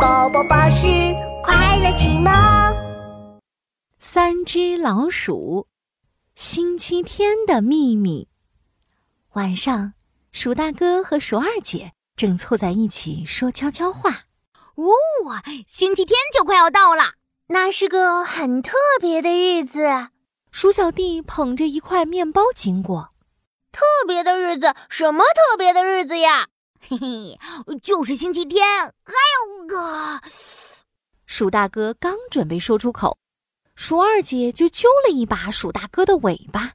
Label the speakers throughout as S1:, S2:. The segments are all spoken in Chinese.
S1: 宝宝巴士快乐启蒙。
S2: 三只老鼠，星期天的秘密。晚上，鼠大哥和鼠二姐正凑在一起说悄悄话。
S3: 哦，星期天就快要到了，
S1: 那是个很特别的日子，
S2: 鼠小弟捧着一块面包经过，
S1: 特别的日子，什么特别的日子呀？
S3: 嘿嘿，就是星期天。哎呦个，
S2: 鼠大哥刚准备说出口，鼠二姐就揪了一把鼠大哥的尾巴。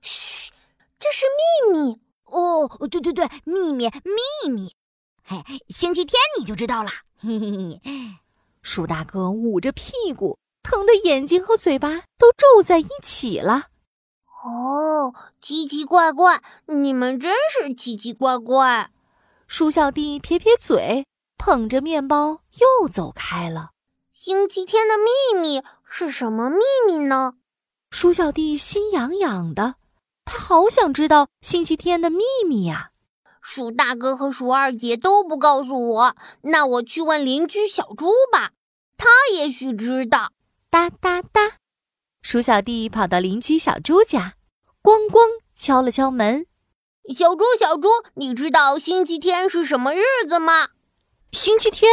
S1: 嘘，这是秘密。
S3: 哦，对对对，秘密秘密。哎，星期天你就知道了。嘿嘿嘿，
S2: 鼠大哥捂着屁股，疼得眼睛和嘴巴都皱在一起了。
S1: 哦，奇奇怪怪，你们真是奇奇怪怪。
S2: 鼠小弟撇撇嘴，捧着面包又走开了。
S1: 星期天的秘密是什么秘密呢？
S2: 鼠小弟心痒痒的，他好想知道星期天的秘密呀、
S1: 鼠大哥和鼠二姐都不告诉我，那我去问邻居小猪吧，他也许知道。
S2: 哒哒哒，鼠小弟跑到邻居小猪家，咣咣敲了敲门。
S1: 小猪，小猪，你知道星期天是什么日子吗？
S4: 星期天，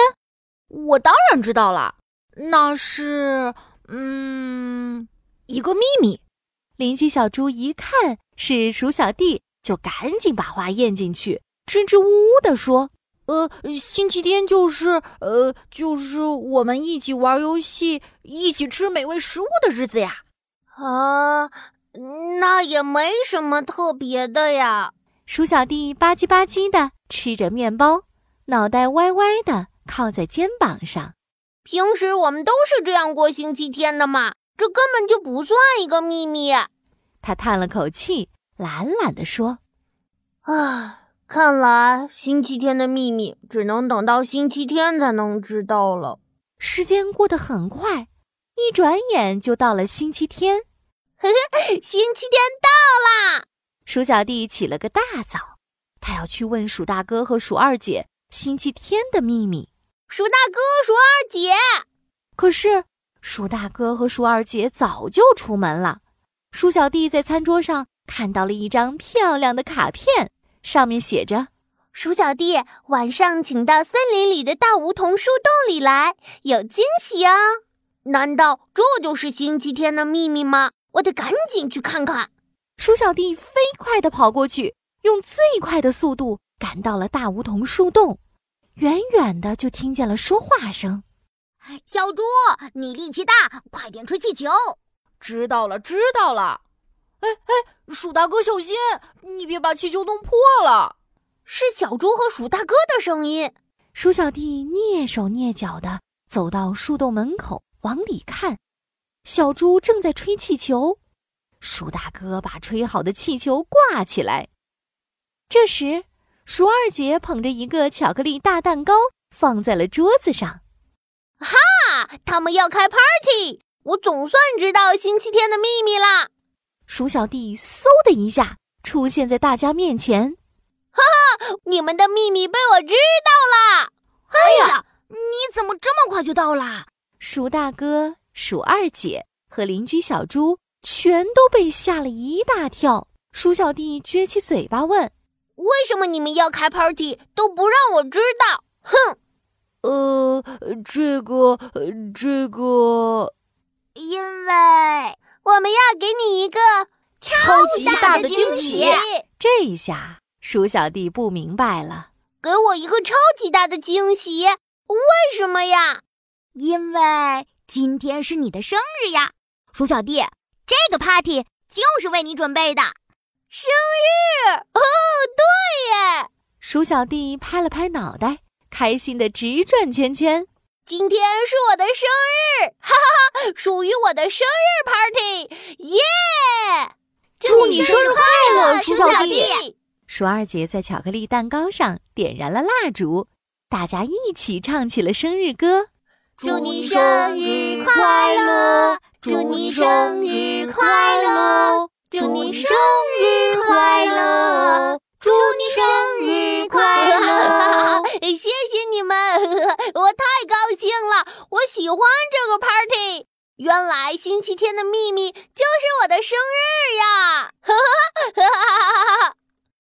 S4: 我当然知道了，那是嗯一个秘密。
S2: 邻居小猪一看是鼠小弟，就赶紧把话咽进去，支支吾吾地说
S4: 呃，星期天就是呃就是我们一起玩游戏、一起吃美味食物的日子呀。
S1: 啊，那也没什么特别的呀。：“
S2: 鼠小弟吧唧吧唧地吃着面包，脑袋歪歪地靠在肩膀上。”
S1: 平时我们都是这样过星期天的嘛，这根本就不算一个秘密。
S2: 他叹了口气，懒懒地说
S1: 唉，看来星期天的秘密只能等到星期天才能知道了。：“
S2: 时间过得很快，一转眼就到了星期天。
S1: 星期天到啦！”
S2: 鼠小弟起了个大早，他要去问鼠大哥和鼠二姐星期天的秘密。
S1: 鼠大哥、鼠二姐，
S2: 可是鼠大哥和鼠二姐早就出门了。鼠小弟在餐桌上看到了一张漂亮的卡片，上面写着
S1: 鼠小弟，晚上请到森林里的大梧桐树洞里来，有惊喜哦！难道这就是星期天的秘密吗？我得赶紧去看看。：“
S2: 鼠小弟飞快地跑过去，用最快的速度赶到了大梧桐树洞。”远远的就听见了说话声，
S3: 哎小猪，你力气大，快点吹气球。
S4: 知道了，知道了。哎哎，鼠大哥，小心，你别把气球弄破了。
S1: 是小猪和鼠大哥的声音。
S2: 鼠小弟蹑手蹑脚地走到树洞门口，往里看，小猪正在吹气球。鼠大哥把吹好的气球挂起来。这时，鼠二姐捧着一个巧克力大蛋糕放在了桌子上。
S1: 啊，他们要开 party！我总算知道星期天的秘密啦。
S2: 鼠小弟嗖的一下出现在大家面前。
S1: 你们的秘密被我知道啦！
S3: 哎呀，你怎么这么快就到啦？
S2: 鼠大哥、鼠二姐和邻居小猪全都被吓了一大跳。鼠小弟撅起嘴巴问。
S1: 为什么你们要开 party 都不让我知道？
S4: 呃，这个，呃这个，
S3: 因为
S1: 我们要给你一个超
S4: 级大的惊喜
S2: 这一下，鼠小弟不明白了。
S1: 给我一个超级大的惊喜！为什么呀？
S3: 因为今天是你的生日呀，鼠小弟，这个 party 就是为你准备的。
S1: 耶！
S2: 鼠小弟拍了拍脑袋，开心的直转圈圈。
S1: 今天是我的生日，哈哈哈，属于我的生日 party，耶！
S4: 祝你生日快乐，鼠小弟！
S2: 鼠二姐在巧克力蛋糕上点燃了蜡烛，大家一起唱起了生日歌。
S1: 祝你生日快乐，祝你生日快乐，祝你生日快乐，祝你 生日快乐！谢谢你们，我太高兴我喜欢这个 party。原来星期天的秘密就是我的生日呀！